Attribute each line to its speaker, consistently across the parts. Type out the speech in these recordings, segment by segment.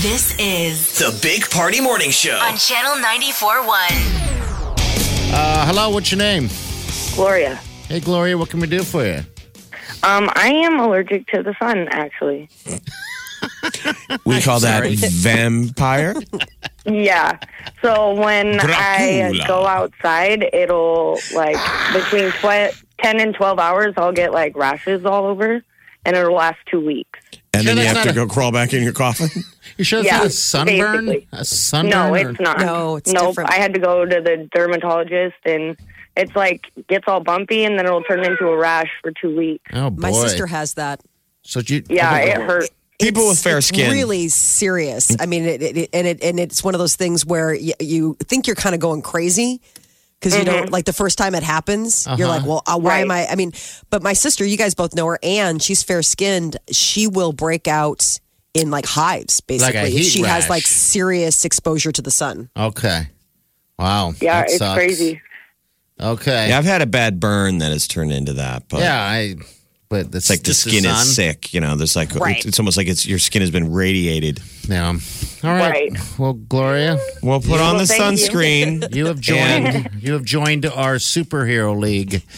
Speaker 1: This is
Speaker 2: The Big Party Morning Show.
Speaker 1: on Channel 94.1.
Speaker 3: Uh, hello, what's your name?
Speaker 4: Gloria.
Speaker 3: Hey, Gloria, what can we do for you?
Speaker 4: Um, I am allergic to the sun, actually.
Speaker 5: We call that vampire.
Speaker 4: Yeah. So when
Speaker 5: Dracula.
Speaker 4: I go outside, it'll like between tw- 10 and 12 hours, I'll get like rashes all over and it'll last two weeks.
Speaker 5: And
Speaker 3: Sure,
Speaker 5: then you
Speaker 3: that's
Speaker 5: have to
Speaker 3: not
Speaker 5: go crawl back in your coffin.
Speaker 3: You sure it's
Speaker 4: Yeah,
Speaker 3: not a sunburn?
Speaker 4: basically.
Speaker 3: A sunburn?
Speaker 4: no,
Speaker 3: or-
Speaker 4: it's not.
Speaker 6: No, it's
Speaker 4: nope.
Speaker 6: different.
Speaker 4: I had to go to the dermatologist and it's like gets all bumpy and then it'll turn into a rash for two weeks.
Speaker 3: Oh boy.
Speaker 6: My sister has that.
Speaker 3: So you, oh,
Speaker 4: Yeah, it hurts.
Speaker 5: People with
Speaker 6: It's-
Speaker 5: fair
Speaker 6: it's
Speaker 5: skin.
Speaker 6: Really serious. I mean, it, it, it- and it and it's one of those things where y- you think you're kind of going crazy because you don't like the first time it happens, you're like,
Speaker 3: Uh-huh.
Speaker 6: well, uh, why am
Speaker 4: Mm-hmm.
Speaker 6: I?
Speaker 4: Right.
Speaker 6: I mean, but my sister, you guys both know her, and she's fair skinned. She will break out in like hives,
Speaker 3: Like
Speaker 6: basically.
Speaker 3: a
Speaker 6: if
Speaker 3: heat
Speaker 6: she has like
Speaker 3: rash.
Speaker 6: serious exposure to the sun.
Speaker 3: Okay. Wow.
Speaker 4: Yeah,
Speaker 3: that
Speaker 4: it's
Speaker 3: sucks.
Speaker 4: crazy.
Speaker 3: Okay.
Speaker 5: Yeah, I've had a bad burn that has turned into that. But
Speaker 3: Yeah, I. But
Speaker 5: It's like the skin is, sick. You know, there's like it's, it's almost like it's your skin has been radiated.
Speaker 3: Yeah. All right.
Speaker 4: Right.
Speaker 3: Well, Gloria,
Speaker 5: Well, put on the
Speaker 4: thank you.
Speaker 5: sunscreen.
Speaker 3: you have joined. you have joined our superhero league.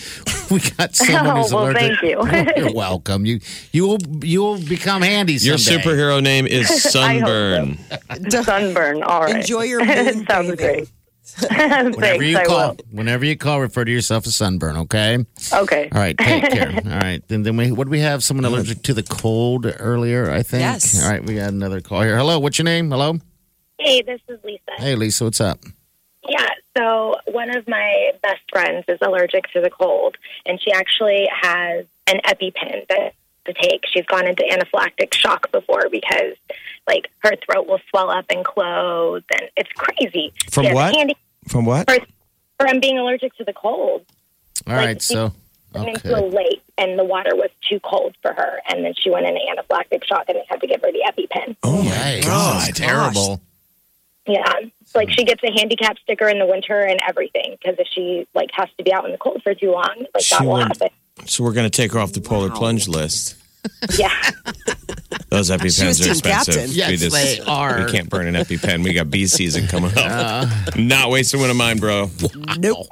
Speaker 3: We got someone
Speaker 4: Oh,
Speaker 3: who's
Speaker 4: well,
Speaker 3: allergic.
Speaker 4: thank you.
Speaker 3: are welcome. You you will you will become handy someday.
Speaker 5: Your superhero name is Sunburn.
Speaker 4: Sunburn. All right.
Speaker 6: Enjoy your moon
Speaker 4: Sounds
Speaker 6: bathing.
Speaker 4: great. Thanks.
Speaker 3: Whenever you
Speaker 4: I
Speaker 3: call, whenever you call, refer to yourself as sunburn. Okay.
Speaker 4: will. Okay.
Speaker 3: All right. Take care. All right. And then we what do we have? Someone allergic to the cold earlier. I think.
Speaker 6: Yes.
Speaker 3: All right. We got another call here. Hello. What's your name? Hello.
Speaker 7: Hey, this is Lisa.
Speaker 3: Hey, Lisa. What's up?
Speaker 7: Yeah, so one of my best friends is allergic to the cold, and she actually has an EpiPen that to take. She's gone into anaphylactic shock before because, like, her throat will swell up and close, and it's crazy.
Speaker 5: From
Speaker 7: She has
Speaker 5: what?
Speaker 7: Candy
Speaker 5: From what?
Speaker 7: from being allergic to the cold,
Speaker 3: All right.
Speaker 7: Like,
Speaker 3: So.
Speaker 7: and then to a
Speaker 3: Okay.
Speaker 7: lake, and the water was too cold for her, and then she went into anaphylactic shock, and they had to give her the EpiPen.
Speaker 5: Oh my
Speaker 3: Hey, this
Speaker 5: god!
Speaker 3: is terrible.
Speaker 7: Yeah. Like she gets a handicap sticker in the winter and everything because if she like has to be out in the cold for too long, like
Speaker 5: She
Speaker 7: that will
Speaker 5: won't.
Speaker 7: happen.
Speaker 5: So we're gonna take her off the polar plunge list.
Speaker 7: Yeah.
Speaker 5: Those
Speaker 6: was
Speaker 5: EpiPens are
Speaker 6: team
Speaker 5: expensive.
Speaker 6: captain.
Speaker 3: Yes,
Speaker 5: we
Speaker 3: they are.
Speaker 5: We can't burn an EpiPen. We got bee season coming up. Not wasting one of mine, bro.
Speaker 3: Uh. Nope.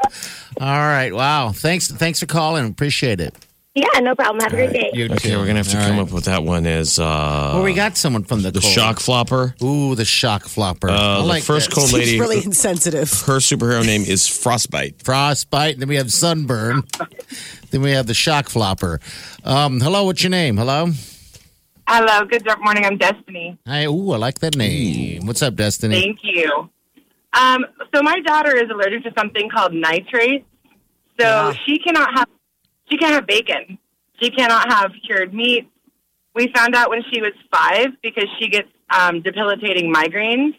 Speaker 3: All right. Wow. Thanks. Thanks for calling. Appreciate it.
Speaker 7: Yeah, no problem. Have a great day.
Speaker 3: You
Speaker 5: Okay,
Speaker 3: too.
Speaker 5: we're gonna have to
Speaker 3: All
Speaker 5: come
Speaker 3: right.
Speaker 5: up with that one. Is uh,
Speaker 3: Well, we got someone from the
Speaker 5: the
Speaker 3: cold.
Speaker 5: shock flopper?
Speaker 3: Ooh, the shock flopper. I
Speaker 5: Uh, the
Speaker 3: like
Speaker 5: first
Speaker 3: this.
Speaker 5: cold lady.
Speaker 6: She's really insensitive.
Speaker 5: her superhero name is Frostbite.
Speaker 3: frostbite. Then we have sunburn. then we have the shock flopper. Um, hello, what's your name? Hello.
Speaker 8: Hello, good morning. I'm Destiny.
Speaker 3: Hi. Ooh, I like that name. What's up, Destiny?
Speaker 8: Thank you. Um, so my daughter is allergic to something called nitrates. So she cannot have she can't have bacon. She cannot have cured meat. We found out when she was five because she gets um, debilitating migraines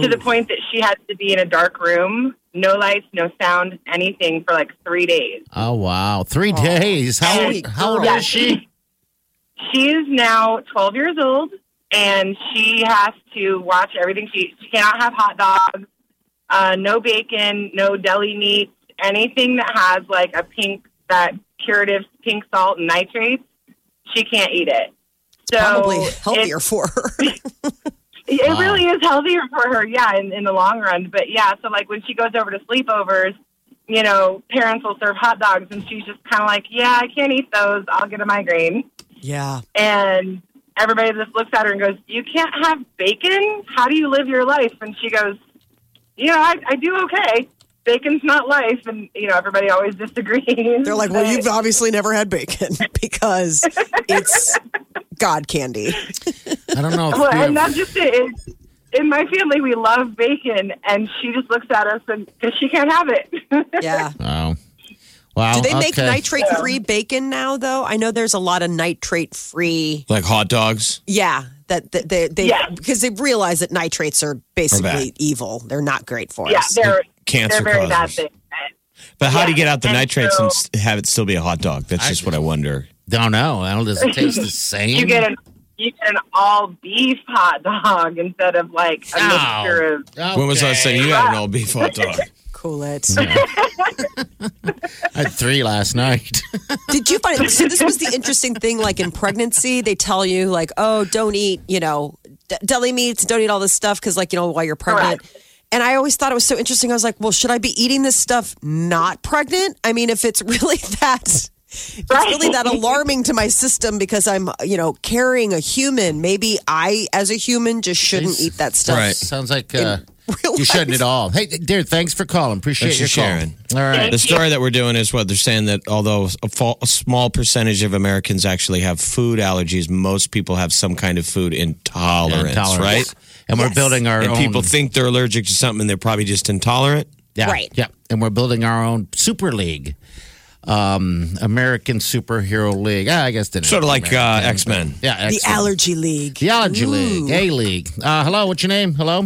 Speaker 8: to the point that she has to be in a dark room, no lights, no sound, anything for like three days.
Speaker 3: Oh wow, three days. How old,
Speaker 6: Sweet
Speaker 3: how old
Speaker 6: girl.
Speaker 3: is she?
Speaker 8: She is now 12 years old, and she has to watch everything. She she cannot have hot dogs, uh, no bacon, no deli meats, anything that has like a pink that curative pink salt and nitrates. She can't eat it. So
Speaker 6: Probably
Speaker 8: it-
Speaker 6: healthier for her.
Speaker 8: It
Speaker 3: Wow.
Speaker 8: really is healthier for her, yeah, in, in the long run. But yeah, so like when she goes over to sleepovers, you know, parents will serve hot dogs, and she's just kind of like, "Yeah, I can't eat those. I'll get a migraine."
Speaker 6: yeah.
Speaker 8: And everybody just looks at her and goes, You can't have bacon? How do you live your life? And she goes, You know, I, I do okay. Bacon's not life. And, you know, everybody always disagrees.
Speaker 6: They're like, well,
Speaker 8: But-
Speaker 6: you've obviously never had bacon because it's God candy.
Speaker 3: I don't know. If
Speaker 8: Well,
Speaker 3: we
Speaker 8: and
Speaker 3: have-
Speaker 8: that's just it. It's- In my family, we love bacon, and she just looks at us and because she can't have it.
Speaker 6: Yeah.
Speaker 3: Wow. Oh. Wow.
Speaker 6: Do they make
Speaker 3: okay.
Speaker 6: nitrate free bacon now, though? I know there's a lot of nitrate free.
Speaker 5: Like hot dogs.
Speaker 6: Yeah. That that- they, they,
Speaker 8: Yeah.
Speaker 6: because they realize that nitrates are basically
Speaker 5: bad.
Speaker 6: evil. They're not great for
Speaker 8: Yeah,
Speaker 6: us.
Speaker 8: they're
Speaker 5: Cancer
Speaker 8: they're very bad
Speaker 5: causes.
Speaker 8: things.
Speaker 5: But how do you
Speaker 8: Yeah,
Speaker 5: get out the
Speaker 8: and
Speaker 5: nitrates
Speaker 8: so-
Speaker 5: and s- have it still be a hot dog? That's just what I wonder.
Speaker 3: Don't know. I don't. Does it taste the same?
Speaker 8: You get an you get an all beef hot dog instead of like a
Speaker 3: Ow.
Speaker 8: mixture of
Speaker 5: When was the last time
Speaker 3: Okay.
Speaker 5: you had an all beef hot dog?
Speaker 6: Cool it.
Speaker 3: I had three last night.
Speaker 6: Did you find so this was the interesting thing? Like in pregnancy, they tell you like, oh, don't eat, you know, d- deli meats, don't eat all this stuff because like you know while you're pregnant. And I always thought it was so interesting. I was like, well, should I be eating this stuff not pregnant? I mean, if it's really that, it's really that alarming to my system because I'm you know carrying a human. Maybe I, as a human, just shouldn't eat that stuff.
Speaker 5: Right.
Speaker 3: Sounds like uh,
Speaker 6: real
Speaker 3: you shouldn't
Speaker 6: life.
Speaker 3: at all. Hey, dear, thanks for calling. Appreciate
Speaker 5: Thanks for
Speaker 3: your
Speaker 5: sharing.
Speaker 3: call. All right.
Speaker 5: The story that we're doing is what they're saying that although a, fa- a small percentage of Americans actually have food allergies, most people have some kind of food intolerance,
Speaker 3: Intolerance.
Speaker 5: right?
Speaker 3: And we're building our
Speaker 5: And
Speaker 3: own.
Speaker 5: people think they're allergic to something, they're probably just intolerant.
Speaker 3: yeah,
Speaker 6: Right.
Speaker 3: Yeah. And we're building our own super league, um, American superhero league. Ah, I guess didn't.
Speaker 5: Sort of like uh, X Men.
Speaker 3: yeah,
Speaker 6: The
Speaker 3: excellent.
Speaker 6: allergy league.
Speaker 3: The allergy league,
Speaker 6: Ooh.
Speaker 3: A league. Uh, hello, what's your name? Hello.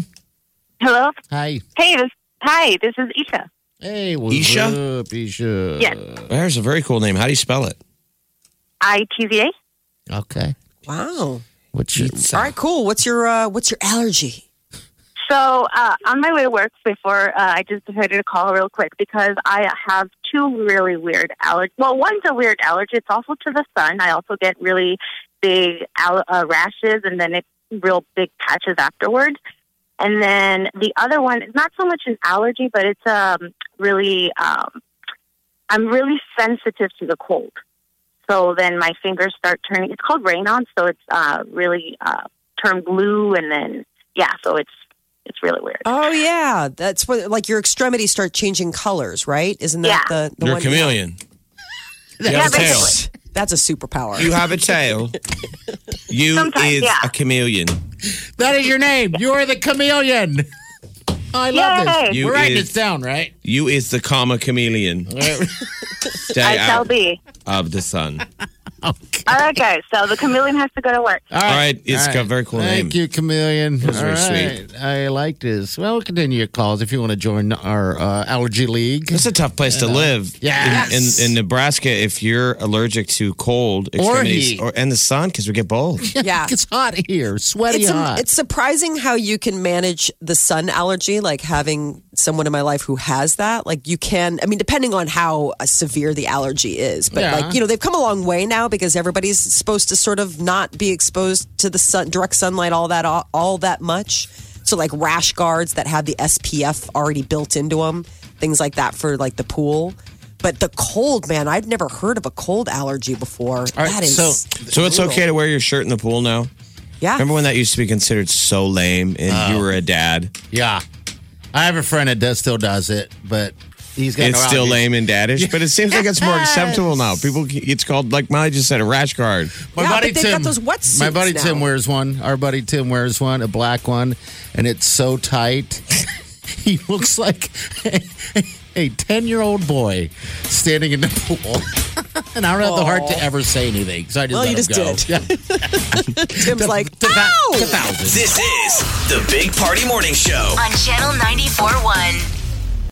Speaker 2: Hello.
Speaker 3: Hi.
Speaker 2: Hey. This, hi. This is Isha.
Speaker 3: Hey, what's
Speaker 5: Isha?
Speaker 3: up, Isha?
Speaker 2: Yes.
Speaker 5: There's a very cool name. How do you spell it?
Speaker 2: I T V A.
Speaker 3: Okay.
Speaker 6: Wow.
Speaker 3: What's your?
Speaker 6: All right. Cool. What's your uh, what's your allergy?
Speaker 2: So uh, on my way to work before, uh, I just decided to call real quick because I have two really weird allergies. Well, one's a weird allergy. It's also to the sun. I also get really big al- uh, rashes and then it real big patches afterwards. And then the other one is not so much an allergy, but it's um, really um, I'm really sensitive to the cold. So then my fingers start turning. It's called Raynaud, so it's uh, really uh, term glue, and then yeah, so it's it's really weird.
Speaker 6: Oh yeah, that's what like your extremities start changing colors, right? Isn't that
Speaker 2: Yeah.
Speaker 6: the, the
Speaker 5: You're
Speaker 6: one?
Speaker 5: a chameleon. You
Speaker 2: Yeah,
Speaker 5: have a tail.
Speaker 2: basically.
Speaker 6: That's a superpower.
Speaker 5: You have a tail. You
Speaker 2: Sometimes,
Speaker 5: is
Speaker 2: yeah.
Speaker 5: a chameleon.
Speaker 3: That is your name. You're the chameleon. I love this.
Speaker 2: Yay.
Speaker 5: You
Speaker 3: We're writing
Speaker 5: is-
Speaker 3: this down, right?
Speaker 5: You is the comma chameleon. Stay
Speaker 2: I shall
Speaker 5: out
Speaker 2: be.
Speaker 5: of the sun.
Speaker 2: All right, guys. So the chameleon has to go to work.
Speaker 5: All right, it's got a very cool
Speaker 3: Thank
Speaker 5: name.
Speaker 3: you, Chameleon.
Speaker 5: was very
Speaker 3: All
Speaker 5: sweet.
Speaker 3: right. I like this. Well, we'll continue your calls if you want to join our uh, allergy league.
Speaker 5: It's a tough place to live.
Speaker 3: Uh, Yes.
Speaker 5: In, in, in Nebraska, if you're allergic to cold
Speaker 3: Or
Speaker 5: extremities
Speaker 3: heat.
Speaker 5: and the sun, because we get both.
Speaker 6: yeah.
Speaker 3: It's hot here, sweaty
Speaker 6: It's,
Speaker 3: hot.
Speaker 6: it's surprising how you can manage the sun allergy, like having someone in my life who has that. Like you can, I mean, depending on how uh, severe the allergy is, but
Speaker 3: Yeah.
Speaker 6: like you know, they've come a long way now because everybody's supposed to sort of not be exposed to the sun, direct sunlight, all that, all, all that much. So like rash guards that have the SPF already built into them, things like that for like the pool. But the cold, man, I've never heard of a cold allergy before.
Speaker 3: right,
Speaker 6: that is
Speaker 3: so-
Speaker 5: so it's
Speaker 6: brutal.
Speaker 5: okay to wear your shirt in the pool now.
Speaker 6: Yeah.
Speaker 5: Remember when that used to be considered so lame and you were a dad?
Speaker 3: yeah. I have a friend that does, still does it, but he's got
Speaker 5: It's
Speaker 3: no
Speaker 5: still
Speaker 3: allergies.
Speaker 5: lame and daddish, but it seems like it's more acceptable now. People, it's called, like Molly just said, a rash guard.
Speaker 3: My
Speaker 6: Yeah,
Speaker 3: buddy
Speaker 6: but they've
Speaker 3: Tim,
Speaker 6: got those wetsuits
Speaker 3: My buddy
Speaker 6: now.
Speaker 3: Tim wears one. Our buddy Tim wears one, a black one, and it's so tight. he looks like a ten-year-old boy standing in the pool. and I don't have the heart to ever say anything, so I just
Speaker 6: Well,
Speaker 3: let
Speaker 6: you
Speaker 3: him
Speaker 6: just
Speaker 3: go.
Speaker 6: did.
Speaker 3: Yeah.
Speaker 6: Tim's like,
Speaker 3: To thou-
Speaker 6: ow!
Speaker 3: to thousands.
Speaker 9: This is the Big Party Morning Show.
Speaker 1: On Channel 94.1.